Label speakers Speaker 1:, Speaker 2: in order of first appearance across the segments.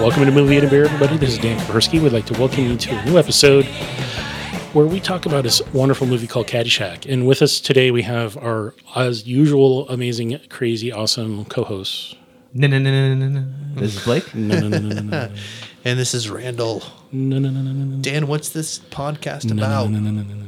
Speaker 1: Welcome to Movie and Beer, everybody. This is Dan Kapersky. We'd like to welcome you to a new episode where we talk about this wonderful movie called Caddyshack. And with us today, we have our, as usual, amazing, crazy, awesome co-hosts.
Speaker 2: No, no, no, no, no, no. This is Blake.
Speaker 1: No, no, no, no, no, no,
Speaker 3: And this is Randall.
Speaker 1: no, no, no, no, no.
Speaker 3: Dan, what's this podcast
Speaker 1: No,
Speaker 3: about?
Speaker 1: No, no, no, no, no, no.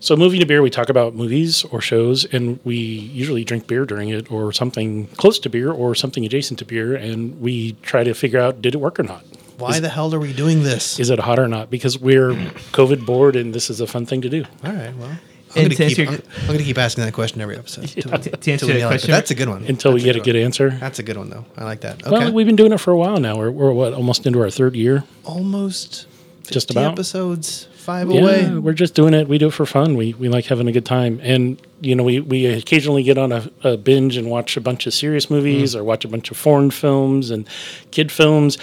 Speaker 1: So, movie to beer, we talk about movies or shows, and we usually drink beer during it, or something close to beer, or something adjacent to beer, and we try to figure out did it work or not.
Speaker 3: Why the hell are we doing this?
Speaker 1: Is it hot or not? Because we're COVID bored, and this is a fun thing to do.
Speaker 3: All right, well, I'm
Speaker 2: And to
Speaker 3: going to keep,
Speaker 2: answer your-
Speaker 3: I'm, I'm gonna keep asking that question every episode. till-
Speaker 2: To, to answer
Speaker 3: till we
Speaker 2: that
Speaker 3: nail it. But
Speaker 2: question,
Speaker 3: That's a good one.
Speaker 1: Until we
Speaker 3: That's
Speaker 1: get a good
Speaker 3: one.
Speaker 1: answer.
Speaker 3: That's a good one, though. I like that. Okay.
Speaker 1: Well, we've been doing it for a while now. We're, we're what almost into our third year.
Speaker 3: Almost 50
Speaker 1: Just about.
Speaker 3: episodes, five
Speaker 1: Yeah,
Speaker 3: away.
Speaker 1: we're just doing it. We do it for fun. We we like having a good time, and you know, we we occasionally get on a, a binge and watch a bunch of serious movies or watch a bunch of foreign films and kid films.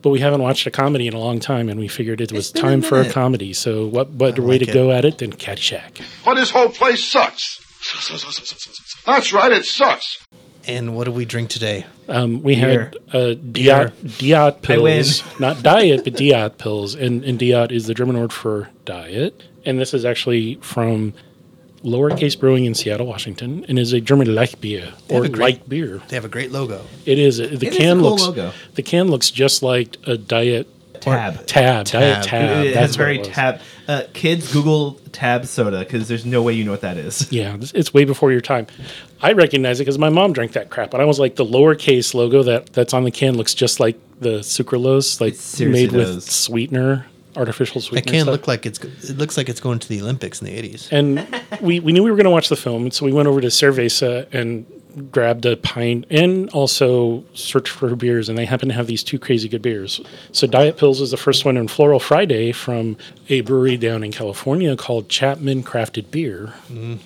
Speaker 1: But we haven't watched a comedy in a long time, and we figured it was
Speaker 2: been a
Speaker 1: time for a
Speaker 2: minute.
Speaker 1: comedy. So, what better way
Speaker 3: like
Speaker 1: to
Speaker 3: it.
Speaker 1: go at it than Caddyshack?
Speaker 4: Why this whole place sucks. That's right, it sucks.
Speaker 3: And what do we drink today?
Speaker 1: Um, we
Speaker 2: Beer.
Speaker 1: had uh, Diet Diet
Speaker 2: I win.
Speaker 1: pills, not diet, but Diet pills, and and Diet is the German word for diet. And this is actually from Lowercase Brewing in Seattle, Washington, and is a German Leichtbier or
Speaker 3: have a great-
Speaker 1: light beer.
Speaker 3: They have a great logo.
Speaker 1: It is. The
Speaker 2: is a
Speaker 1: can
Speaker 2: cool
Speaker 1: looks
Speaker 2: logo.
Speaker 1: the can looks just like a diet
Speaker 2: tab.
Speaker 1: tab, diet
Speaker 3: Tab.
Speaker 1: tab.
Speaker 2: it
Speaker 1: That's what
Speaker 2: has very
Speaker 1: it was.
Speaker 2: tab. Uh, kids, Google tab soda because there's no way you know what that is.
Speaker 1: Yeah, it's- it's way before your time. I recognize it because my mom drank that crap, and I was like, the lowercase logo that that's on the can looks just like the sucralose, like
Speaker 2: It seriously
Speaker 1: made with
Speaker 2: does.
Speaker 1: sweetener, artificial
Speaker 3: It
Speaker 1: sweetener.
Speaker 3: can
Speaker 1: stuff.
Speaker 3: look like it's. go- It looks like it's going to the Olympics in the '80s.
Speaker 1: And we we knew we were going to watch the film, and so we went over to Cerveza and grabbed a pint, and also searched for beers, and they happen to have these two crazy good beers. So Diet Pills is the first one, and Floral Friday from a brewery down in California called Chapman Crafted Beer.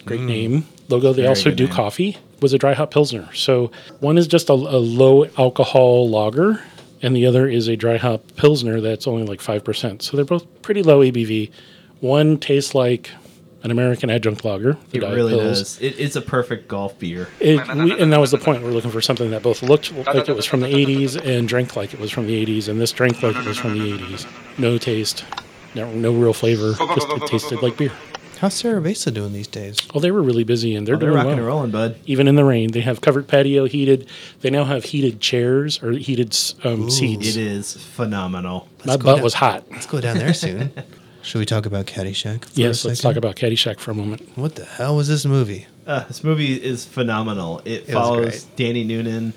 Speaker 1: Great name. Logo. They also
Speaker 2: Mm-hmm. Mm. good
Speaker 1: do
Speaker 2: name.
Speaker 1: coffee. Was a dry hop pilsner. So one is just a, a low alcohol lager, and the other is a dry hop pilsner that's only like five percent. So they're both pretty low ABV. One tastes like an American adjunct lager. the
Speaker 2: It
Speaker 1: Diet
Speaker 2: really
Speaker 1: Pils.
Speaker 2: does. It is a perfect golf beer.
Speaker 1: It, we, and that was the point. We're looking for something that both looked like it was from the 80s and drank like it was from the 80s, and this drank like it was from the 80s. No taste, no, no real flavor. Just it tasted like beer.
Speaker 3: How's Cerveza doing these days?
Speaker 1: Well, they were really busy, and they're
Speaker 2: They're
Speaker 1: doing
Speaker 2: rocking
Speaker 1: well.
Speaker 2: and rolling, bud.
Speaker 1: Even in the rain, they have covered patio, heated. They now have heated chairs or heated um,
Speaker 2: It
Speaker 1: seats.
Speaker 2: is phenomenal.
Speaker 1: My
Speaker 3: go
Speaker 1: butt
Speaker 3: down-
Speaker 1: was hot.
Speaker 3: Let's go down there soon. Should we talk about Caddyshack? For
Speaker 1: Yes,
Speaker 3: a
Speaker 1: let's talk
Speaker 3: second?
Speaker 1: about Caddyshack for a moment.
Speaker 3: What the hell was this movie?
Speaker 2: Uh, this movie is phenomenal. It,
Speaker 3: was
Speaker 2: follows
Speaker 3: great.
Speaker 2: Danny Noonan,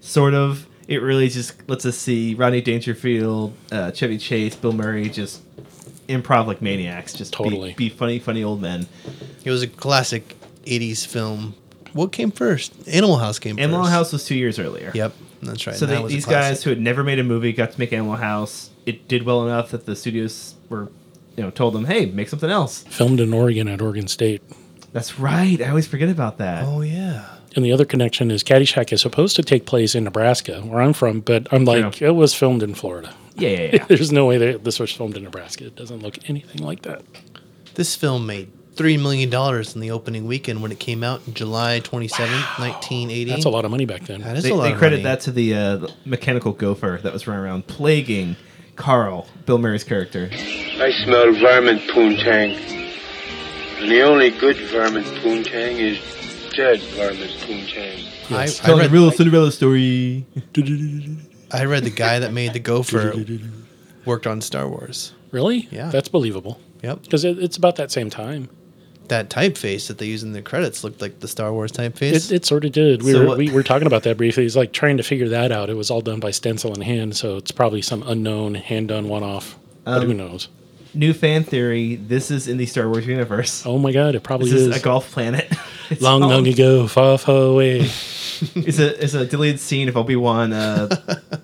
Speaker 2: sort of. It really just lets us see Ronnie Dangerfield, uh, Chevy Chase, Bill Murray, just improv like maniacs. Just be-
Speaker 1: Totally.
Speaker 2: be, funny, funny old men.
Speaker 3: It was a classic '80s film. What came first? Animal House came first.
Speaker 2: Animal House was two years earlier.
Speaker 3: Yep, that's right.
Speaker 2: So
Speaker 3: and that
Speaker 2: they,
Speaker 3: was a
Speaker 2: these
Speaker 3: classic.
Speaker 2: guys who had never made a movie got to make Animal House. It did well enough that the studios were, you know, told them, "Hey, make something else."
Speaker 1: Filmed in Oregon at Oregon State.
Speaker 2: That's right. I always forget about that.
Speaker 3: Oh yeah.
Speaker 1: And the other connection is Caddyshack is supposed to take place in Nebraska, where I'm from, but I'm like, it was filmed in Florida.
Speaker 2: Yeah, yeah, yeah.
Speaker 1: There's no way that this was filmed in Nebraska. It doesn't look anything like that.
Speaker 3: This film made three million dollars in the opening weekend when it came out in July twenty seventh, nineteen eighty.
Speaker 1: That's a lot of money back then.
Speaker 3: That is
Speaker 2: they,
Speaker 3: a lot.
Speaker 2: they
Speaker 3: of
Speaker 2: credit
Speaker 3: money.
Speaker 2: that to the, uh, the mechanical gopher that was running around plaguing Carl, Bill Murray's character.
Speaker 5: I smell vermin poontang. And the only good vermin poontang is dead vermin poontang.
Speaker 3: I, I
Speaker 2: Telling a
Speaker 3: read,
Speaker 2: real Cinderella story.
Speaker 3: I read the guy that made the gopher worked on Star Wars.
Speaker 1: Really?
Speaker 3: Yeah.
Speaker 1: That's believable.
Speaker 3: Yep.
Speaker 1: Because it, it's about that same time.
Speaker 3: That typeface that they use in the credits looked like the Star Wars typeface.
Speaker 1: It, it sort of did. We,
Speaker 2: So
Speaker 1: were,
Speaker 2: what-
Speaker 1: we were talking about that briefly. He's like trying to figure that out. It was all done by stencil and hand, so it's probably some unknown hand done one off. but
Speaker 2: Um,
Speaker 1: who knows?
Speaker 2: New fan theory. This is in the Star Wars universe.
Speaker 1: Oh my God, it probably
Speaker 2: this is,
Speaker 1: is.
Speaker 2: a Oh. golf planet. It's
Speaker 1: long,
Speaker 2: all-
Speaker 1: long ago, far, far away.
Speaker 2: It's a it's a deleted scene of Obi Wan uh,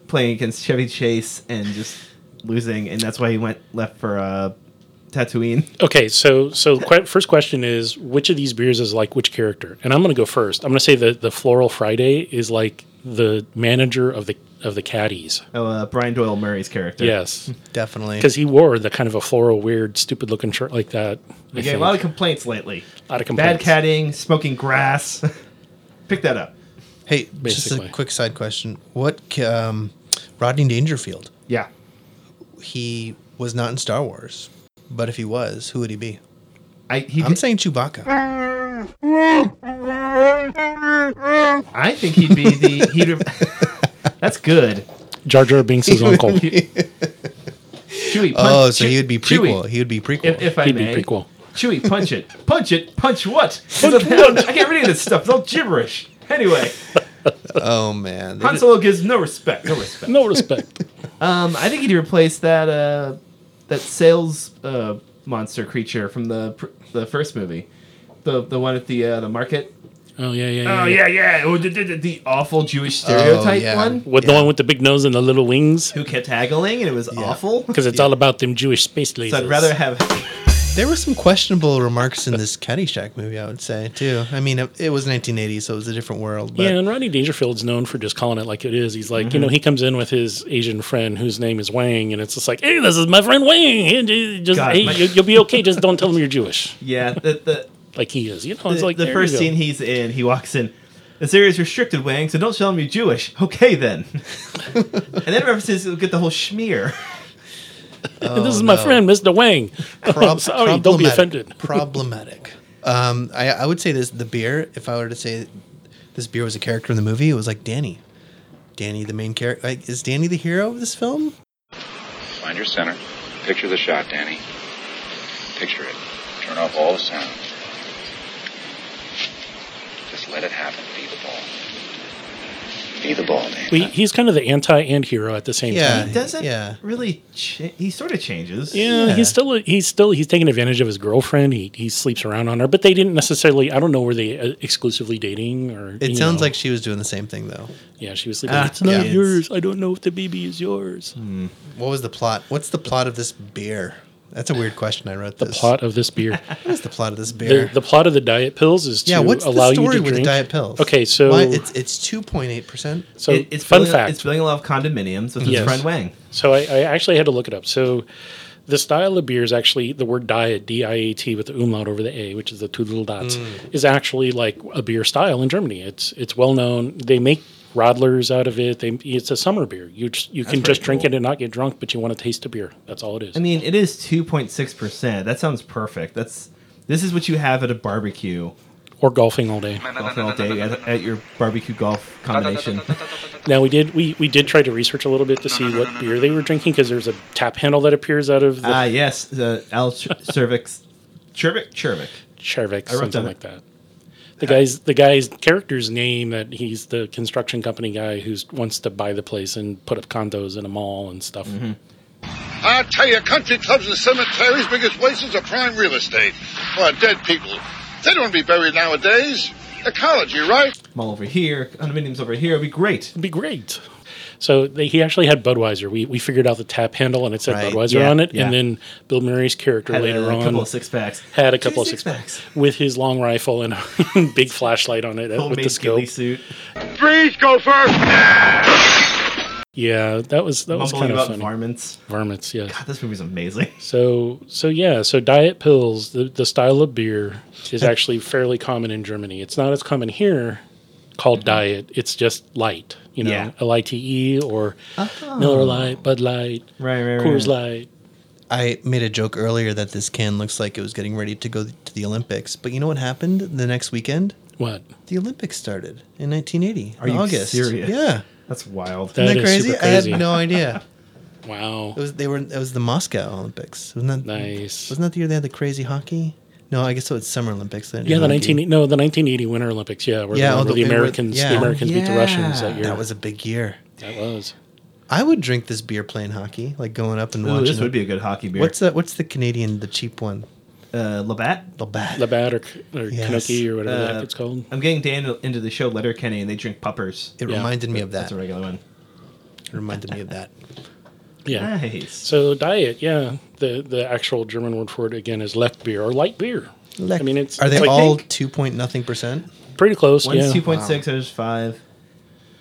Speaker 2: playing against Chevy Chase and just losing, and that's why he went left for uh, Tatooine.
Speaker 1: Okay, so so que- first question is which of these beers is like which character? And I'm going to go first. I'm going to say that the Floral Friday is like the manager of the of the caddies.
Speaker 2: Oh, uh, Brian Doyle Murray's character.
Speaker 1: Yes,
Speaker 3: Definitely.
Speaker 1: because he wore the kind of a floral, weird, stupid looking shirt like that. I
Speaker 2: we
Speaker 1: think.
Speaker 2: get a lot of complaints lately.
Speaker 1: Lot of
Speaker 2: Bad
Speaker 1: complaints.
Speaker 2: caddying, smoking grass. Pick that up.
Speaker 3: Hey, just
Speaker 1: Basically.
Speaker 3: a quick side question. What ca- um, Rodney Dangerfield.
Speaker 2: Yeah.
Speaker 3: He was not in Star Wars, but if he was, who would he be?
Speaker 2: I he
Speaker 3: I'm
Speaker 2: did,
Speaker 3: saying Chewbacca.
Speaker 2: I think he'd be the he'd That's good.
Speaker 1: Jar Jar Binks' his uncle. He'd
Speaker 2: Chewie punch
Speaker 3: Oh, so
Speaker 2: Chew-
Speaker 3: he would be
Speaker 2: Chewie,
Speaker 3: prequel. He would be prequel.
Speaker 2: if, if I
Speaker 1: be
Speaker 2: may.
Speaker 1: prequel.
Speaker 2: Chewie, punch it. Punch it. Punch what? I can't read this stuff. It's all gibberish. Anyway,
Speaker 3: oh man, They
Speaker 2: Han
Speaker 3: did-
Speaker 2: Solo gives no respect. No respect.
Speaker 1: No respect.
Speaker 2: Um, I think he'd replace that uh, that sales uh, monster creature from the pr- the first movie, the the one at the uh, the market.
Speaker 1: Oh yeah, yeah, yeah.
Speaker 2: Oh
Speaker 1: yeah.
Speaker 2: yeah, yeah. Oh, the, the, the awful Jewish stereotype
Speaker 3: yeah.
Speaker 2: one
Speaker 1: With the one with the big nose and the little wings,
Speaker 2: Oh, who kept haggling and it was awful.
Speaker 1: because it's all about them Jewish space lasers.
Speaker 2: So I'd rather have
Speaker 3: there were some questionable remarks in this Caddyshack movie. I would say too. I mean, it, it was 1980, so it was a different world. But
Speaker 1: yeah, and Rodney Dangerfield's known for just calling it like it is. He's like, you know,
Speaker 2: Mm-hmm.
Speaker 1: he comes in with his Asian friend whose name is Wang, and it's just like, hey, this is my friend Wang. And uh, just,
Speaker 2: God,
Speaker 1: hey,
Speaker 2: my-
Speaker 1: you, you'll be okay. Just don't tell him you're Jewish,
Speaker 2: yeah the the.
Speaker 1: like he is. You know, it's
Speaker 2: the,
Speaker 1: like
Speaker 2: the
Speaker 1: there
Speaker 2: first
Speaker 1: you go.
Speaker 2: scene he's in, he walks in. This area is restricted, Wang, so don't tell him you're Jewish. Okay, then. and then references will get the whole schmear.
Speaker 1: this
Speaker 2: Oh,
Speaker 1: is my friend, Mr. Wang.
Speaker 3: prob-
Speaker 1: Sorry, don't be
Speaker 3: problematic-
Speaker 1: offended.
Speaker 3: problematic. Um, I, I would say this: the beer. If I were to say this beer was a character in the movie, it was like Danny. Danny, the main character. Like, is Danny the hero of this film?
Speaker 6: Find your center. Picture the shot, Danny. Picture it. Turn off all the sound. Just let it happen. Be the ball. Be the ball, Danny.
Speaker 1: We, he's kind of the anti and hero at the same
Speaker 3: Yeah.
Speaker 1: time.
Speaker 2: He doesn't
Speaker 3: yeah.
Speaker 2: really. Cha- he sort of changes.
Speaker 1: Yeah,
Speaker 3: Yeah.
Speaker 1: he's still he's still he's taking advantage of his girlfriend. He he sleeps around on her, but they didn't necessarily. I don't know were they uh, exclusively dating or.
Speaker 3: It
Speaker 1: you
Speaker 3: sounds
Speaker 1: know.
Speaker 3: like she was doing the same thing though.
Speaker 1: yeah, she was sleeping.
Speaker 2: Ah,
Speaker 1: it's not
Speaker 3: yeah.
Speaker 1: yours. I don't know if the baby is yours.
Speaker 3: What was the plot? What's the plot of this beer? That's a weird question. I wrote
Speaker 1: The
Speaker 3: this.
Speaker 1: plot of this beer.
Speaker 3: What is the plot of this beer?
Speaker 1: the, the plot of the diet pills is to
Speaker 3: yeah. What's
Speaker 1: allow
Speaker 3: the story
Speaker 1: you to
Speaker 3: with the
Speaker 1: drink.
Speaker 3: diet pills?
Speaker 1: Okay, so
Speaker 3: Why- it's it's two point eight percent.
Speaker 1: so
Speaker 2: It- it's
Speaker 1: fun
Speaker 2: building,
Speaker 1: fact.
Speaker 2: It's building a lot of condominiums with
Speaker 1: Yes.
Speaker 2: his friend Wang.
Speaker 1: So I, I actually had to look it up. So the style of beer is actually the word diet, D I A T, with the umlaut over the A, which is the two little dots,
Speaker 3: Mm.
Speaker 1: is actually like a beer style in Germany. It's it's well known. They make Rodlers out of it. They, it's a summer beer. You just, you can
Speaker 2: pretty
Speaker 1: just drink
Speaker 2: cool.
Speaker 1: it and not get drunk, but you want to taste a beer. That's all it is.
Speaker 2: I mean, it is two point six percent. That sounds perfect. That's this is what you have at a barbecue.
Speaker 1: or golfing all day.
Speaker 2: Golfing all day at, at your barbecue golf combination.
Speaker 1: Now we did we, we did try to research a little bit to see what beer they were drinking because there's a tap handle that appears out of the
Speaker 2: Ah, yes, the Al Ch- Cervix, Chervik, Chervik.
Speaker 1: Chervik,
Speaker 2: wrote
Speaker 1: something
Speaker 2: down-
Speaker 1: like that. The guy's the guy's character's name that he's the construction company guy who wants to buy the place and put up condos in a mall and stuff.
Speaker 4: I tell you, country clubs and cemeteries, biggest wastes of prime real estate. Well, dead people. They don't want to be buried nowadays. Ecology, right?
Speaker 2: mall over here, condominiums over here. It'd be great.
Speaker 1: It'd be great. So they, he actually had Budweiser. We we figured out the tap handle and it said
Speaker 3: Right,
Speaker 1: Budweiser
Speaker 2: yeah,
Speaker 1: on it,
Speaker 2: yeah.
Speaker 1: and then Bill Murray's character
Speaker 2: Had
Speaker 1: later
Speaker 2: a,
Speaker 1: on
Speaker 2: couple of six packs.
Speaker 1: had a couple of
Speaker 2: Two
Speaker 1: six packs with his long rifle and a big flashlight on it uh, with
Speaker 2: Homemade
Speaker 1: the
Speaker 2: ghillie
Speaker 1: scope.
Speaker 2: suit.
Speaker 5: Freeze, gopher!
Speaker 1: Yeah, that was that was
Speaker 2: Mumbling
Speaker 1: kind
Speaker 2: about
Speaker 1: of funny.
Speaker 2: varmints.
Speaker 1: Varmints, yes.
Speaker 2: God, this movie's amazing.
Speaker 1: So so yeah, so diet pills, the, the style of beer is actually fairly common in Germany. It's not as common here called diet. It's just light, you know,
Speaker 2: Yeah.
Speaker 1: L I T E or Miller Light, Bud Light,
Speaker 2: Right, right, right.
Speaker 1: Coors Light.
Speaker 3: I made a joke earlier that this can looks like it was getting ready to go to the Olympics, but you know what happened the next weekend?
Speaker 1: What?
Speaker 3: The Olympics started in 1980.
Speaker 2: Are
Speaker 3: in
Speaker 2: you
Speaker 3: August.
Speaker 2: serious?
Speaker 3: Yeah.
Speaker 2: That's wild.
Speaker 1: That
Speaker 3: Isn't
Speaker 1: is
Speaker 3: that crazy?
Speaker 1: super
Speaker 3: I had
Speaker 1: crazy.
Speaker 3: no idea.
Speaker 1: Wow.
Speaker 3: It was they were it was the Moscow Olympics. Wasn't that
Speaker 1: Nice.
Speaker 3: Wasn't that the year they had the crazy hockey? No, I guess so. It's Summer Olympics. Then
Speaker 1: Yeah, the nineteen no, the nineteen eighty Winter Olympics, yeah, where,
Speaker 3: Yeah,
Speaker 1: the,
Speaker 3: oh,
Speaker 1: where
Speaker 3: the-
Speaker 1: the
Speaker 3: it was-
Speaker 1: Americans
Speaker 3: yeah.
Speaker 1: the Americans beat the
Speaker 2: Yeah.
Speaker 1: Russians that year.
Speaker 3: Ah, That was a big year.
Speaker 1: that was.
Speaker 3: I would drink this beer playing hockey, like going up and
Speaker 2: Ooh,
Speaker 3: watching.
Speaker 2: this
Speaker 3: it.
Speaker 2: would be a good hockey beer.
Speaker 3: what's the what's the Canadian the cheap one?
Speaker 2: uh, Labatt?
Speaker 3: Labatt.
Speaker 1: Labatt or, or
Speaker 3: Yes.
Speaker 1: Canucky or whatever
Speaker 2: Uh,
Speaker 1: that it's called.
Speaker 2: I'm getting Dan into the show Letter Kenny, and they drink puppers.
Speaker 3: It
Speaker 1: Yeah.
Speaker 3: reminded me of that.
Speaker 2: That's a regular one.
Speaker 3: It reminded me of that.
Speaker 1: Yeah.
Speaker 2: Nice.
Speaker 1: So diet, yeah. The the actual German word for it again is left beer or light beer. I mean, it's
Speaker 3: are they
Speaker 1: it's like-
Speaker 3: all
Speaker 1: Think-
Speaker 3: two point nothing percent?
Speaker 1: pretty close?
Speaker 2: One's
Speaker 1: yeah.
Speaker 2: two point six. There's five.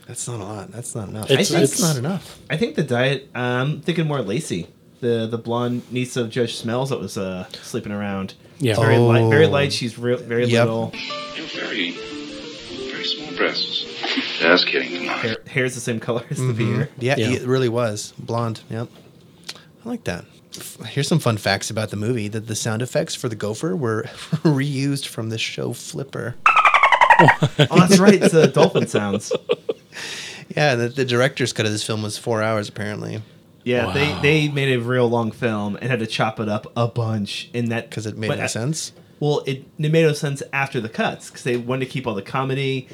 Speaker 3: That's not a lot. That's not enough.
Speaker 1: It's-
Speaker 3: That's
Speaker 1: it's-
Speaker 3: not enough.
Speaker 2: I think the diet. I'm thinking more Lacey, the the blonde niece of Judge Smells that was uh, sleeping around.
Speaker 1: Yeah.
Speaker 2: Very light.
Speaker 3: Oh.
Speaker 2: Very light. She's real. Very
Speaker 3: Yep.
Speaker 2: little.
Speaker 6: You have very, very small breasts. Just kidding. Come on.
Speaker 2: Hair, hair's the same color as the beer.
Speaker 3: Yeah,
Speaker 1: Yeah.
Speaker 3: it really was blonde. Yep, I like that. F- Here's some fun facts about the movie: that the sound effects for the gopher were reused from the show Flipper.
Speaker 2: Oh, that's right. It's the dolphin sounds.
Speaker 3: Yeah, the, the director's cut of this film was four hours apparently
Speaker 2: Yeah,
Speaker 1: Wow.
Speaker 2: they, they made a real long film and had to chop it up a bunch. And that
Speaker 3: because it made
Speaker 2: but
Speaker 3: no
Speaker 2: a-
Speaker 3: sense.
Speaker 2: Well, it, it made no sense after the cuts because they wanted to keep all the comedy.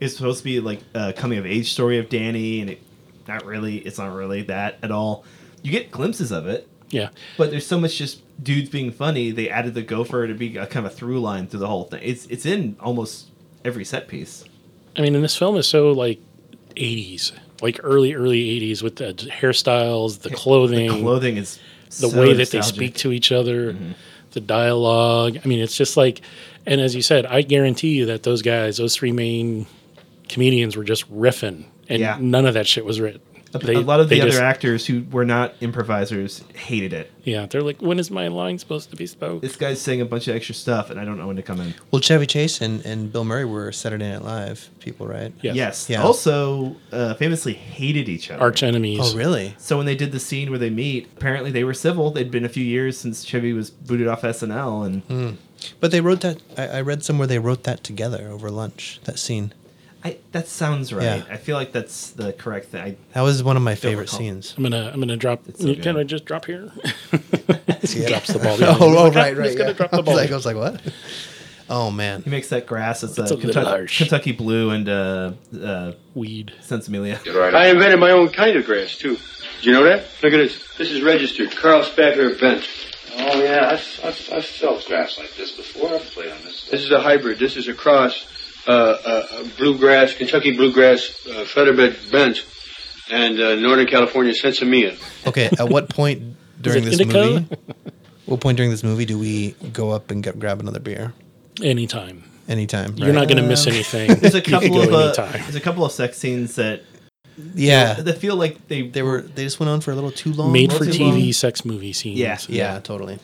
Speaker 2: It's supposed to be like a coming of age story of Danny, and it not really. It's not really that at all. You get glimpses of it,
Speaker 1: Yeah.
Speaker 2: but there's so much just dudes being funny. They added the gopher to be a kind of a through line through the whole thing. It's it's in almost every set piece.
Speaker 1: I mean, and this film is so like 80s, like early, early 80s with the hairstyles, the clothing, the,
Speaker 2: Clothing is so
Speaker 1: way that they
Speaker 2: nostalgic. Mm-hmm.
Speaker 1: speak to each other, the dialogue. I mean, it's just like, and as you said, I guarantee you that those guys, those three main comedians were just riffing and
Speaker 2: Yeah.
Speaker 1: none of that shit was written. They-
Speaker 2: a lot of
Speaker 1: they
Speaker 2: the other
Speaker 1: just-
Speaker 2: actors who were not improvisers hated it.
Speaker 1: Yeah, they're like, when is my line supposed to be spoke?
Speaker 2: This guy's saying a bunch of extra stuff, and I don't know when to come in.
Speaker 3: Well, Chevy Chase and, and Bill Murray were Saturday Night Live people, right?
Speaker 1: Yes.
Speaker 2: Yes.
Speaker 3: Yeah.
Speaker 2: Also, uh, famously hated each other.
Speaker 1: Arch enemies.
Speaker 3: Oh, really?
Speaker 2: So when they did the scene where they meet, apparently they were civil. They'd been a few years since Chevy was booted off SNL, and
Speaker 1: Hmm.
Speaker 3: But they wrote that. I, I read somewhere they wrote that together over lunch. That scene.
Speaker 2: I, that sounds right.
Speaker 3: Yeah.
Speaker 2: I feel like that's the correct thing. I,
Speaker 3: That was one of my favorite
Speaker 2: recall.
Speaker 3: scenes.
Speaker 1: I'm gonna I'm gonna drop.
Speaker 2: It's so
Speaker 1: can
Speaker 2: good.
Speaker 1: I just drop here?
Speaker 3: Yeah.
Speaker 1: Drops the ball.
Speaker 3: Oh, oh, right,
Speaker 1: I'm
Speaker 3: right.
Speaker 1: just gonna
Speaker 3: yeah.
Speaker 1: drop
Speaker 3: I
Speaker 1: the
Speaker 3: was
Speaker 1: ball.
Speaker 3: like- I was like, what? Oh man.
Speaker 2: he makes that grass. It's,
Speaker 1: It's
Speaker 2: a,
Speaker 1: a little
Speaker 2: Kentucky,
Speaker 1: harsh.
Speaker 2: Kentucky Blue and uh, uh,
Speaker 1: Weed.
Speaker 2: Sensimilia.
Speaker 6: Get right
Speaker 5: I
Speaker 6: up.
Speaker 5: invented my own kind of grass, too. Did you know that? Look at this. This is registered. Carl Spackler Bent.
Speaker 6: Oh yeah, I've, I've, I've felt grass like this before. I've played on this.
Speaker 5: This is a hybrid. This is a cross, uh, uh, uh, bluegrass, Kentucky bluegrass, uh, featherbed bent, and uh, Northern California sensimilla.
Speaker 3: Okay. At what point during
Speaker 1: it
Speaker 3: this
Speaker 1: Indica?
Speaker 3: movie? What point during this movie do we go up and get, grab another beer?
Speaker 1: Anytime.
Speaker 3: Anytime.
Speaker 1: You're
Speaker 3: right?
Speaker 1: not gonna miss anything.
Speaker 2: Uh, There's a
Speaker 1: You can
Speaker 2: couple
Speaker 1: go
Speaker 2: of uh,
Speaker 1: anytime.
Speaker 2: there's a couple of sex scenes that
Speaker 3: Yeah.
Speaker 2: that feel like they
Speaker 3: They were. They just went on for a little too long.
Speaker 1: made for
Speaker 2: multi-
Speaker 1: TV
Speaker 2: long-
Speaker 1: sex movie scenes.
Speaker 2: Yeah.
Speaker 3: Yeah, totally.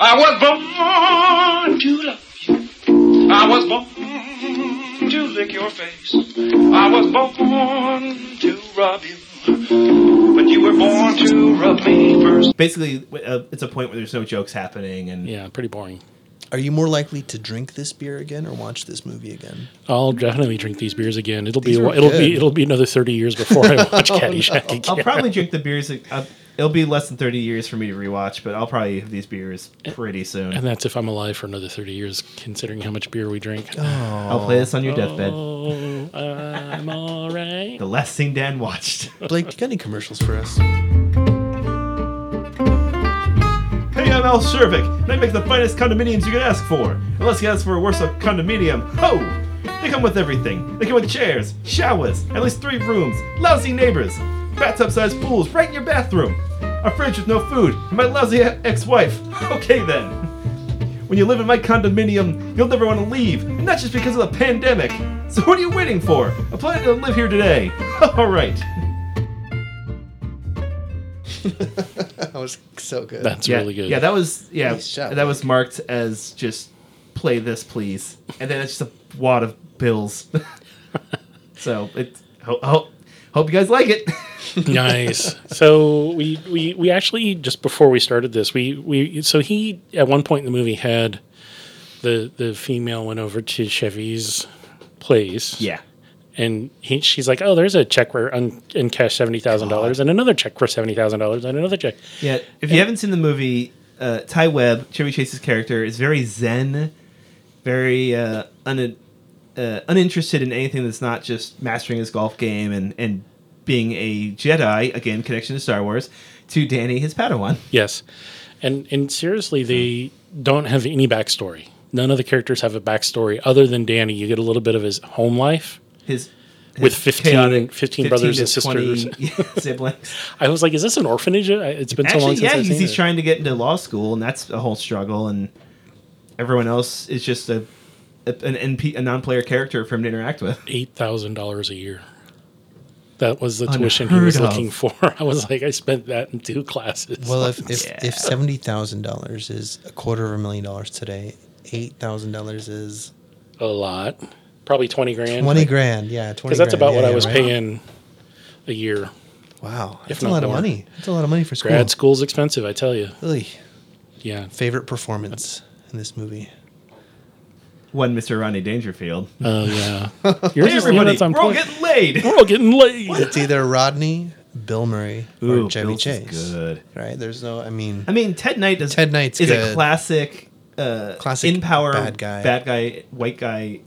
Speaker 4: I was born to love you. I was born to lick your face. I was born to rub you. But you were born to rub me first.
Speaker 2: basically uh, it's a point where there's no jokes happening and
Speaker 1: Yeah, pretty boring.
Speaker 3: Are you more likely to drink this beer again or watch this movie again?
Speaker 1: I'll definitely drink these beers again. It'll
Speaker 3: These
Speaker 1: be a
Speaker 3: were
Speaker 1: whi- it'll
Speaker 3: good.
Speaker 1: be it'll be another thirty years before I watch Caddyshack again.
Speaker 2: Oh, I'll probably drink the beers. Uh, it'll be less than thirty years for me to rewatch, but I'll probably have these beers pretty soon.
Speaker 1: Eh. and that's if I'm alive for another thirty years, considering how much beer we drink.
Speaker 2: I'll play this on your deathbed.
Speaker 1: Oh, I'm all right.
Speaker 2: The last thing Dan watched.
Speaker 3: Blake, you got any commercials for us?
Speaker 2: hey, I'm Al Shervick, and I make the finest condominiums you could ask for. Unless you ask for a worse condominium. Ho! They come with everything. They come with chairs, showers, at least three rooms, lousy neighbors, bathtub-sized pools right in your bathroom, a fridge with no food, and my lousy e-, ex-wife. Okay then. When you live in my condominium, you'll never want to leave, and not just because of the pandemic. So what are you waiting for? Apply to live here today. All right.
Speaker 3: That was so good.
Speaker 1: That's
Speaker 2: yeah,
Speaker 1: really good.
Speaker 2: Yeah, that was yeah,
Speaker 3: Nice job.
Speaker 2: that was marked as just play this, please, and then it's just a wad of bills. so it ho- ho- hope you guys like it.
Speaker 1: nice. So we, we we actually just before we started this, we we so he at one point in the movie had the the female went over to Chevy's place.
Speaker 2: yeah,
Speaker 1: And he, she's like, "Oh, there's a check for un, in cash seventy thousand dollars, and another check for seventy thousand dollars, and another check."
Speaker 2: yeah. If you haven't seen the movie, uh, Ty Webb, Chevy Chase's character, is very zen, very uh, un- uh, uninterested in anything that's not just mastering his golf game and and being a Jedi. Again, connection to Star Wars. To Danny, his Padawan.
Speaker 1: Yes, and and seriously, they
Speaker 2: Hmm.
Speaker 1: don't have any backstory. None of the characters have a backstory other than Danny. You get a little bit of his home life.
Speaker 2: his
Speaker 1: With
Speaker 2: his
Speaker 1: 15 15 brothers and
Speaker 2: to 20
Speaker 1: sisters.
Speaker 2: siblings.
Speaker 1: I was like, "Is this an orphanage?" I- It's been so long
Speaker 2: Actually,
Speaker 1: since
Speaker 2: yeah,
Speaker 1: I've
Speaker 2: he's,
Speaker 1: seen
Speaker 2: he's
Speaker 1: it.
Speaker 2: trying to get into law school, and that's a whole struggle. And everyone else is just a, a an NP, a non-player character for him to interact with.
Speaker 1: eight thousand dollars a year. That was the tuition he
Speaker 2: Unheard
Speaker 1: was
Speaker 2: of.
Speaker 1: looking for. I was like, I spent that in two classes.
Speaker 3: Well, if if,
Speaker 2: Yeah.
Speaker 3: if seventy thousand dollars is a quarter of a million dollars today, eight thousand dollars is
Speaker 1: a lot. probably twenty grand.
Speaker 3: Twenty grand, yeah, twenty.
Speaker 1: Because that's
Speaker 3: grand.
Speaker 1: about
Speaker 3: Yeah,
Speaker 1: what I
Speaker 3: yeah,
Speaker 1: was
Speaker 3: right.
Speaker 1: paying a year.
Speaker 3: Wow, that's a
Speaker 1: not
Speaker 3: lot of
Speaker 1: more.
Speaker 3: money. That's a lot of money for school.
Speaker 1: Grad school's expensive, I tell you.
Speaker 3: Really.
Speaker 1: Yeah.
Speaker 3: Favorite performance in this movie?
Speaker 2: One Mr. Ronnie Dangerfield.
Speaker 1: Oh yeah.
Speaker 2: Hey
Speaker 1: Yours is- yeah,
Speaker 2: everybody,
Speaker 1: that's on
Speaker 2: we're all
Speaker 1: point.
Speaker 2: getting laid.
Speaker 1: We're all getting late.
Speaker 3: It's either Rodney, Bill Murray, or Chevy
Speaker 2: Bill's is
Speaker 3: Chase.
Speaker 2: Good.
Speaker 3: Right? There's no. I mean,
Speaker 2: I mean, Ted Knight is
Speaker 3: Ted Knight's
Speaker 2: is a
Speaker 3: good.
Speaker 2: classic, uh,
Speaker 3: Classic
Speaker 2: in power
Speaker 3: bad guy.
Speaker 2: bad guy, white guy,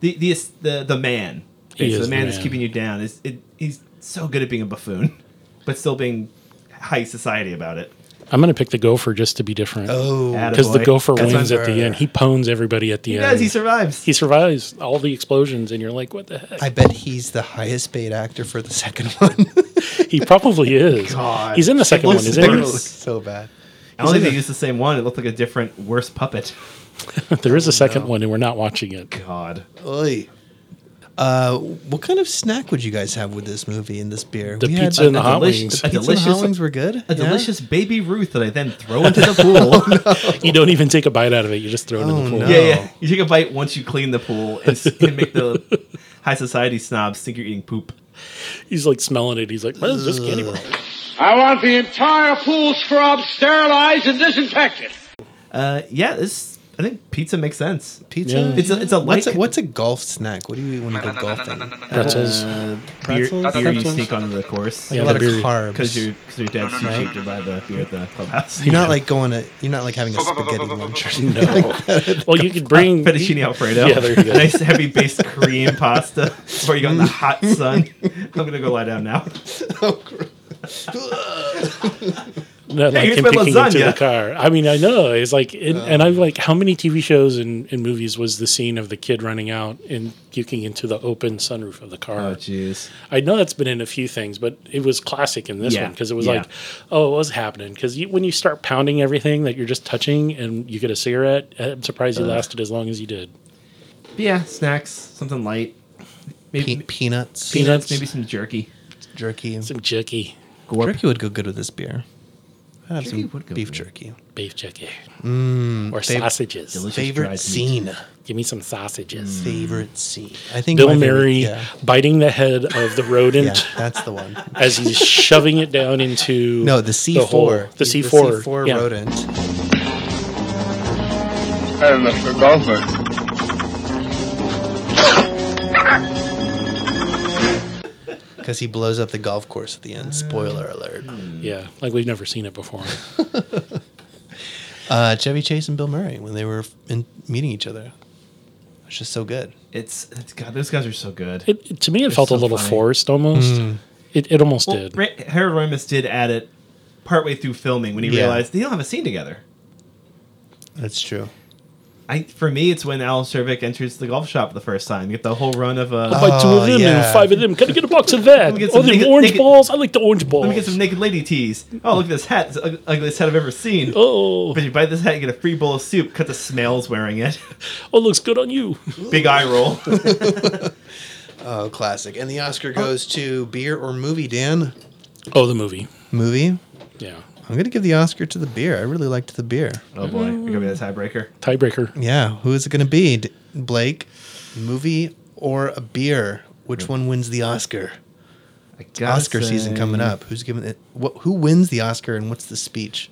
Speaker 2: the the the, the man.
Speaker 1: He
Speaker 2: Basically,
Speaker 1: is
Speaker 2: the man
Speaker 1: the
Speaker 2: that's
Speaker 1: man.
Speaker 2: keeping you down. Is it, he's so good at being a buffoon, but still being high society about it.
Speaker 1: I'm gonna pick the gopher just to be different.
Speaker 3: oh,
Speaker 2: Adam.
Speaker 1: Because the
Speaker 2: Attaboy.
Speaker 1: gopher
Speaker 2: That's
Speaker 1: wins
Speaker 3: my-
Speaker 1: at the end. He pones everybody at the
Speaker 2: He
Speaker 1: end.
Speaker 2: does. He survives.
Speaker 1: He survives all the explosions, and you're like, what the heck?
Speaker 3: I bet he's the highest paid actor for the second one.
Speaker 1: he probably is.
Speaker 2: God.
Speaker 1: He's in the second one,
Speaker 2: looks
Speaker 1: isn't
Speaker 3: it
Speaker 1: he?
Speaker 3: looks so bad.
Speaker 2: I don't think they used the same one. It looked like a different, worse puppet.
Speaker 1: There is a second one, and we're not watching it.
Speaker 2: God.
Speaker 3: Oy. Uh, what kind of snack would you guys have with this movie and this beer?
Speaker 1: The
Speaker 3: we
Speaker 1: pizza
Speaker 3: had,
Speaker 1: and the
Speaker 2: a
Speaker 1: hot
Speaker 2: delicious-
Speaker 1: wings.
Speaker 2: a
Speaker 3: pizza
Speaker 2: delicious-
Speaker 3: and hot wings were good.
Speaker 2: A
Speaker 3: yeah?
Speaker 2: delicious baby Ruth that I then throw into the pool.
Speaker 1: You don't even take a bite out of it. You just throw it in
Speaker 3: Oh,
Speaker 1: the pool.
Speaker 3: no.
Speaker 2: Yeah, yeah. You take a bite once you clean the pool and s- and make the high society snobs think you're eating poop.
Speaker 1: He's like smelling it. He's like, what is this candy bar?
Speaker 4: I want the entire pool scrubbed, sterilized, and disinfected.
Speaker 2: Uh, yeah, this I think pizza makes sense.
Speaker 3: pizza.
Speaker 1: Yeah.
Speaker 2: It's a it's a light
Speaker 3: What's a, what's a golf snack? What do you eat when you go golfing?
Speaker 1: Pretzels.
Speaker 2: beer,
Speaker 3: pretzels?
Speaker 2: beer you
Speaker 3: Pretzels?
Speaker 2: sneak onto the course
Speaker 1: Yeah,
Speaker 3: a
Speaker 1: the
Speaker 3: lot of
Speaker 1: beer.
Speaker 3: carbs.
Speaker 2: because your because your dad's too cheap to buy the beer at the clubhouse.
Speaker 3: You're not like going to. You're not like having a spaghetti lunch. or something.
Speaker 1: Well, you could bring.
Speaker 2: Fettuccine Alfredo.
Speaker 1: Yeah, there you go.
Speaker 2: Nice heavy based cream pasta before you go in the hot sun. I'm gonna go lie down now.
Speaker 1: not
Speaker 2: Hey,
Speaker 1: like him
Speaker 2: here's my
Speaker 1: picking into
Speaker 2: lasagna. Oh.
Speaker 1: the car. I mean, I know it's like, and, and I'm like, how many TV shows and, and movies was the scene of the kid running out and puking into the open sunroof of the car?
Speaker 2: Oh, jeez.
Speaker 1: I know that's been in a few things, but it was classic in this
Speaker 2: Yeah,
Speaker 1: one because it was
Speaker 2: yeah.
Speaker 1: like, oh, it was happening. Because you, when you start pounding everything that you're just touching and you get a cigarette, eh, I'm surprised you lasted as long as you did.
Speaker 2: yeah, snacks, something light. Maybe
Speaker 3: Pe-
Speaker 1: Peanut
Speaker 2: peanuts,
Speaker 3: peanuts,
Speaker 1: peanuts.
Speaker 2: maybe some jerky.
Speaker 3: jerky.
Speaker 1: Some jerky,
Speaker 3: Jerky would go good with this beer. I'd have
Speaker 2: Jerky
Speaker 3: some
Speaker 2: would go
Speaker 3: beef
Speaker 2: good.
Speaker 3: jerky.
Speaker 1: beef jerky,
Speaker 3: Mm,
Speaker 1: or sausages.
Speaker 2: Delicious dried
Speaker 3: Favorite
Speaker 2: meat.
Speaker 3: scene.
Speaker 1: Give me some sausages.
Speaker 3: Favorite scene. I think Mm. my
Speaker 1: Bill
Speaker 3: favorite-
Speaker 1: Murray
Speaker 3: Yeah,
Speaker 1: biting the head of the
Speaker 3: yeah,
Speaker 1: rodent
Speaker 3: that's the one.
Speaker 1: as he's shoving it down into
Speaker 3: No, the C four.
Speaker 1: hole. the C four,
Speaker 3: C four
Speaker 1: yeah.
Speaker 3: rodent.
Speaker 5: And Mr. Dolphin.
Speaker 3: Because he blows up the golf course at the end. Spoiler alert.
Speaker 1: Yeah, like we've never seen it before.
Speaker 3: Uh, Chevy Chase and Bill Murray when they were in, meeting each other. It's just so good.
Speaker 2: It's, it's God. Those guys are so good.
Speaker 1: It, to me, it felt
Speaker 2: so
Speaker 1: a little
Speaker 2: funny.
Speaker 1: forced almost.
Speaker 3: Mm.
Speaker 1: It, it almost
Speaker 2: well,
Speaker 1: did.
Speaker 2: Ra- Harold Ramis did add it partway through filming when he
Speaker 3: Yeah.
Speaker 2: realized they don't have a scene together.
Speaker 3: That's true.
Speaker 2: I for me, it's when Al Cervic enters the golf shop the first time. You get the whole run of uh,
Speaker 1: Buy two
Speaker 3: Oh,
Speaker 1: of them
Speaker 3: yeah.
Speaker 1: and five of them. Can I get a box of that?
Speaker 2: me get
Speaker 1: Oh,
Speaker 2: some
Speaker 1: the
Speaker 2: naked-
Speaker 1: orange
Speaker 2: naked-
Speaker 1: balls. I like the orange balls.
Speaker 2: let me get some naked lady tees. Oh, look at this hat! It's the ug- ugliest hat I've ever seen.
Speaker 1: Oh,
Speaker 2: But you buy this hat, you get a free bowl of soup. Cut the smells wearing it.
Speaker 1: oh, looks good on you.
Speaker 2: Big eye roll.
Speaker 3: Oh, classic. And the Oscar goes to beer or movie, Dan?
Speaker 1: Oh, the movie.
Speaker 3: Movie.
Speaker 1: Yeah,
Speaker 3: I'm going to give the Oscar to the beer. I really liked the beer.
Speaker 2: Oh boy, you're gonna be the tiebreaker.
Speaker 1: tiebreaker.
Speaker 3: Yeah, who is it going to be? D- Blake, movie or a beer? Which one wins the Oscar?
Speaker 2: I gotta
Speaker 3: Oscar season
Speaker 2: say,
Speaker 3: coming up. Who's giving it? What, who wins the Oscar and what's the speech?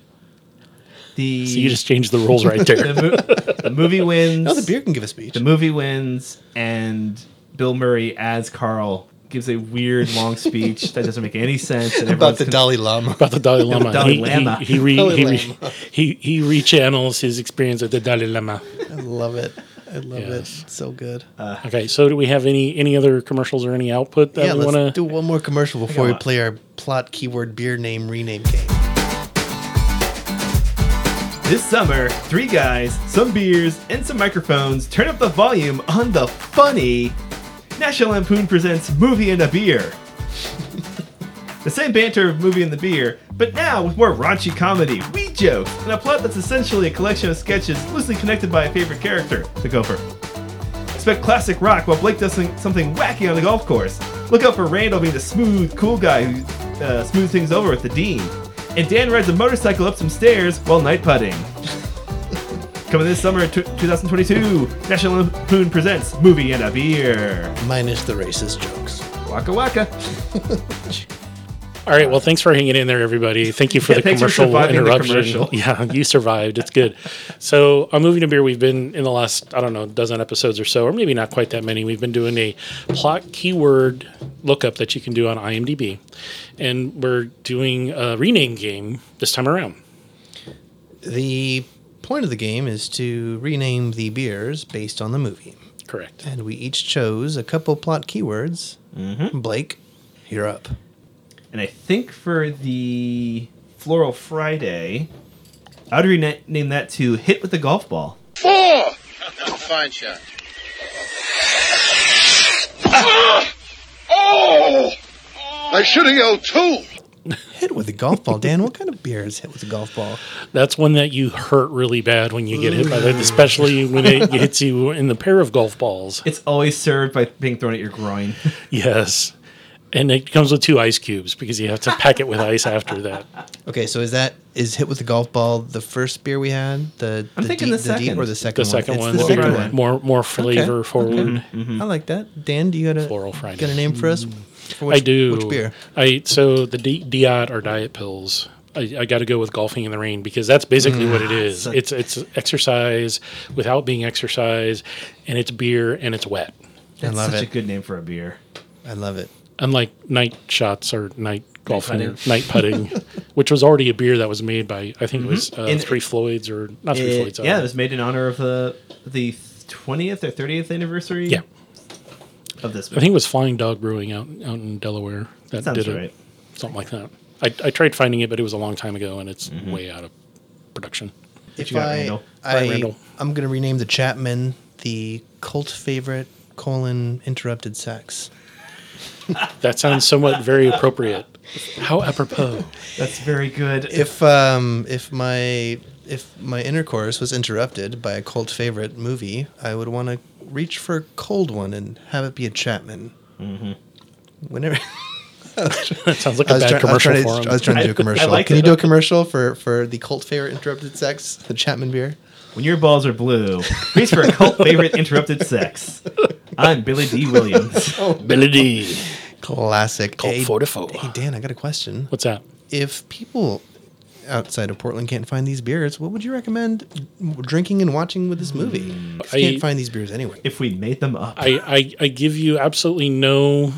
Speaker 2: The
Speaker 1: So you just changed the rules right there.
Speaker 2: the, mo- the movie wins.
Speaker 3: No, the beer can give a speech.
Speaker 2: The movie wins, and Bill Murray as Carl gives a weird long speech that doesn't make any sense. And
Speaker 3: About
Speaker 2: everyone's
Speaker 3: the
Speaker 2: con-
Speaker 3: Dalai Lama.
Speaker 1: About the Dalai Lama.
Speaker 2: Dalai
Speaker 1: He-
Speaker 2: Lama.
Speaker 1: He, he, re,
Speaker 3: Dalai
Speaker 1: he,
Speaker 3: Lama.
Speaker 1: re, he, he rechannels his experience with the Dalai Lama.
Speaker 3: I love it. I love
Speaker 1: Yes.
Speaker 3: it. It's so good.
Speaker 1: Okay, so do we have any any other commercials or any output that
Speaker 3: yeah,
Speaker 1: we
Speaker 3: let's
Speaker 1: want to?
Speaker 3: do one more commercial before we
Speaker 2: one.
Speaker 3: play our plot keyword beer name rename game.
Speaker 2: This summer, three guys, some beers, and some microphones turn up the volume on the funny National Lampoon presents Movie and a Beer. the same banter of Movie and the Beer, but now with more raunchy comedy, wee jokes, and a plot that's essentially a collection of sketches loosely connected by a favorite character, the Gopher. Expect classic rock while Blake does some- something wacky on the golf course. Look out for Randall being the smooth, cool guy who uh, smooths things over with the Dean. And Dan rides a motorcycle up some stairs while night putting. Coming this summer, t- 2022, National Lampoon presents Movie and a Beer.
Speaker 3: Minus the racist jokes.
Speaker 2: Waka waka.
Speaker 1: All right. Well, thanks for hanging in there, everybody. Thank you for
Speaker 2: Yeah,
Speaker 1: the
Speaker 2: thanks for
Speaker 1: commercial
Speaker 2: surviving the
Speaker 1: interruption.
Speaker 2: commercial.
Speaker 1: Yeah, you survived. It's good. So, on Moving to Beer, we've been in the last, I don't know, dozen episodes or so, or maybe not quite that many. We've been doing a plot keyword lookup that you can do on IMDb. And we're doing a rename game this time around.
Speaker 3: The point of the game is to rename the beers based on the movie.
Speaker 1: Correct.
Speaker 3: And we each chose a couple plot keywords. Blake, you're up.
Speaker 2: And I think for the Floral Friday, I would rename that to Hit with the Golf Ball.
Speaker 5: Four!
Speaker 4: Oh,
Speaker 5: Fine shot. Ah! Oh! I should have yelled two!
Speaker 3: Hit with a golf ball. Dan, what kind of beer is hit with a golf ball?
Speaker 1: That's one that you hurt really bad when you get hit by that, especially when it hits you in the pair of golf balls.
Speaker 2: It's always served by being thrown at your groin.
Speaker 1: Yes. And it comes with two ice cubes because you have to pack it with ice after that.
Speaker 3: Okay, so is that is hit with a golf ball the first beer we had? The
Speaker 2: I'm
Speaker 3: the
Speaker 2: thinking
Speaker 3: deep,
Speaker 2: the
Speaker 3: deep
Speaker 2: second.
Speaker 3: or the second
Speaker 1: The
Speaker 3: one? Mm-hmm.
Speaker 1: second
Speaker 3: It's
Speaker 1: one,
Speaker 3: the
Speaker 1: will
Speaker 2: be
Speaker 3: second
Speaker 1: be
Speaker 2: one.
Speaker 1: more more flavor forward.
Speaker 3: I like that. Dan, do you got a
Speaker 1: Floral Friday.
Speaker 3: Got a name for us? For
Speaker 1: I do.
Speaker 3: Which beer?
Speaker 1: I so the di- diet or diet pills. I, I got to go with golfing in the rain because that's basically what it is. It's it's exercise without being exercise, and it's beer and it's wet.
Speaker 2: That's
Speaker 3: love
Speaker 2: such
Speaker 3: it.
Speaker 2: a good name for a beer.
Speaker 3: I love it.
Speaker 1: Unlike night shots or night golfing,
Speaker 2: putting.
Speaker 1: night putting, which was already a beer that was made by I think it was uh,
Speaker 2: And-
Speaker 1: Three Floyds or not Three
Speaker 2: It-
Speaker 1: Floyds. uh,
Speaker 2: yeah, it was made in honor of the the 20th or 30th anniversary
Speaker 1: yeah.
Speaker 2: of this.
Speaker 1: I think it was Flying Dog Brewing out out in Delaware that
Speaker 2: Sounds
Speaker 1: did it,
Speaker 2: right.
Speaker 1: something like that. I, I tried finding it, but it was a long time ago, and it's
Speaker 2: Mm-hmm.
Speaker 1: way out of production.
Speaker 3: If
Speaker 2: you got,
Speaker 3: I,
Speaker 2: Randall?
Speaker 1: Right,
Speaker 3: I,
Speaker 1: Randall.
Speaker 3: I'm going to rename the Chapman the cult favorite colon interrupted sex.
Speaker 1: That sounds somewhat very appropriate. How apropos.
Speaker 2: That's very good.
Speaker 3: If um if my if my intercourse was interrupted by a cult favorite movie, I would want to reach for a cold one and have it be a Chapman. Mm-hmm. Whenever
Speaker 1: That sounds like
Speaker 3: I
Speaker 1: a
Speaker 3: was,
Speaker 1: bad
Speaker 3: trying, I, was
Speaker 1: commercial
Speaker 3: trying to,
Speaker 1: for him.
Speaker 3: I was trying to do a commercial.
Speaker 2: like
Speaker 3: Can
Speaker 2: it.
Speaker 3: you do a commercial for for the cult favorite interrupted sex, the Chapman beer?
Speaker 2: when your balls are blue, reach for a cult favorite interrupted sex. I'm Billy D. Williams.
Speaker 1: Oh. Ability.
Speaker 3: Classic.
Speaker 1: Cult
Speaker 3: Hey,
Speaker 1: fortifo.
Speaker 3: Hey Dan, I got a question.
Speaker 1: What's that?
Speaker 3: if people outside of Portland can't find these beers, what would you recommend drinking and watching with this movie? If you
Speaker 1: I-
Speaker 3: can't find these beers anyway.
Speaker 2: If we made them up,
Speaker 1: I, I, I give you absolutely no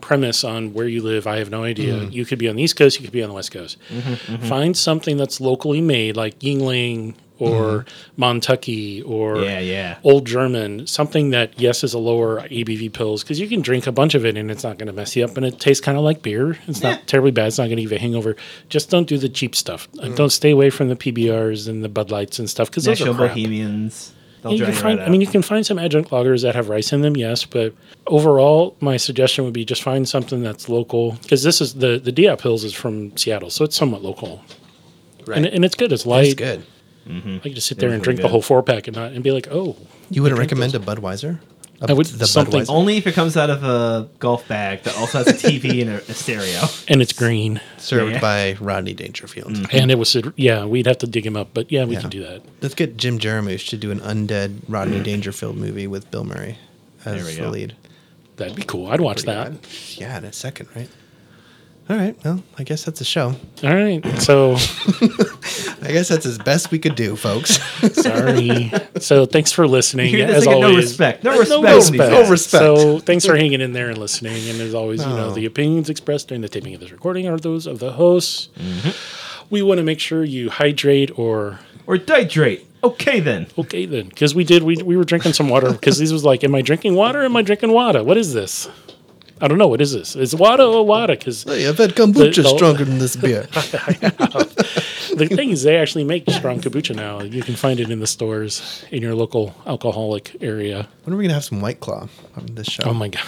Speaker 1: premise on where you live. I have no idea.
Speaker 3: Mm-hmm.
Speaker 1: You could be on the East Coast, you could be on the West Coast. Find something that's locally made, like Yingling or
Speaker 3: Mm-hmm.
Speaker 1: Montucky or
Speaker 2: Yeah, yeah.
Speaker 1: Old German, something that, yes, is a lower ABV pills, because you can drink a bunch of it and it's not going to mess you up. And it tastes kind of like beer. It's not terribly bad. It's not going to give you a hangover. Just don't do the cheap stuff. Uh, Don't stay away from the PBRs and the Bud Lights and stuff, because those are
Speaker 2: Mm. National
Speaker 1: crap.
Speaker 2: Bohemians. They'll
Speaker 1: And you
Speaker 2: dry
Speaker 1: can
Speaker 2: you
Speaker 1: find,
Speaker 2: right
Speaker 1: I mean,
Speaker 2: out.
Speaker 1: you can find some adjunct lagers that have rice in them, yes, but overall, my suggestion would be just find something that's local because this is the the Diop Hills is from Seattle, so it's somewhat local,
Speaker 3: Right.
Speaker 1: and, and it's good. It's light.
Speaker 3: it's good.
Speaker 1: I could just sit
Speaker 2: It
Speaker 1: there
Speaker 2: is
Speaker 1: and drink
Speaker 2: really
Speaker 1: the
Speaker 2: good.
Speaker 1: whole four pack and not and be like, oh,
Speaker 3: You wouldn't recommend a Budweiser? A-
Speaker 1: I would- something-
Speaker 2: Only if it comes out of a golf bag that also has a TV and a, a stereo.
Speaker 1: and it's green,
Speaker 3: served
Speaker 2: Yeah.
Speaker 3: by Rodney Dangerfield.
Speaker 1: and it was yeah, we'd have to dig him up, but yeah, we
Speaker 3: Yeah.
Speaker 1: can do that.
Speaker 3: Let's get Jim Jarmusch to do an undead Rodney Dangerfield movie with Bill Murray
Speaker 2: There we
Speaker 3: as the
Speaker 2: go.
Speaker 3: lead.
Speaker 1: That'd be cool. I'd watch that.
Speaker 3: Yeah, in a second, right? All right. Well, I guess that's a show.
Speaker 1: All right, so
Speaker 3: I guess that's as best we could do, folks.
Speaker 1: sorry. so thanks for listening.
Speaker 2: You're
Speaker 1: as
Speaker 2: just like,
Speaker 1: always,
Speaker 2: no respect. No respect.
Speaker 1: respect.
Speaker 3: No respect.
Speaker 1: So thanks for hanging in there and listening. And as always, you know,
Speaker 3: No.
Speaker 1: the opinions expressed during the taping of this recording are those of the hosts. We want to make sure you hydrate or
Speaker 2: Or dihydrate. Okay then.
Speaker 1: okay then, because we did. We, we were drinking some water because this was like, am I drinking water? Am I drinking water? What is this? I don't know. What is this? Is water or water? Because
Speaker 3: hey, I've had kombucha
Speaker 1: The- the-
Speaker 3: stronger than this beer.
Speaker 1: the thing is, they actually make strong kombucha now. You can find it in the stores in your local alcoholic area.
Speaker 3: When are we gonna have some White Claw on this show?
Speaker 1: Oh my god.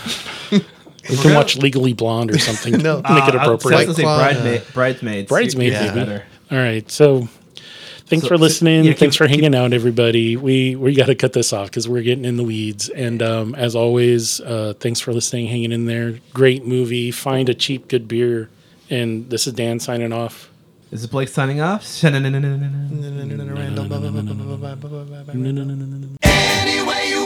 Speaker 1: We can watch Legally Blonde or something.
Speaker 3: No.
Speaker 1: make
Speaker 2: Uh,
Speaker 1: it
Speaker 2: I was gonna
Speaker 1: appropriate.
Speaker 2: say
Speaker 3: Claw,
Speaker 2: bridesmaid, bridesmaids.
Speaker 1: Bridesmaids,
Speaker 2: Yeah.
Speaker 3: maybe.
Speaker 2: Better.
Speaker 1: All right. So thanks
Speaker 2: So-
Speaker 1: for listening.
Speaker 2: yeah, keep-
Speaker 1: thanks for hanging out, everybody. We we got to cut this off because we're getting in the weeds. And um, as always, uh, thanks for listening, hanging in there. Great movie. Find a cheap, good beer. And this is Dan signing off.
Speaker 7: This is Blake signing off. Shanananananana.
Speaker 3: Randall, blah, blah, blah, blah, blah, blah, blah, blah, blah, blah, blah.
Speaker 8: Any way you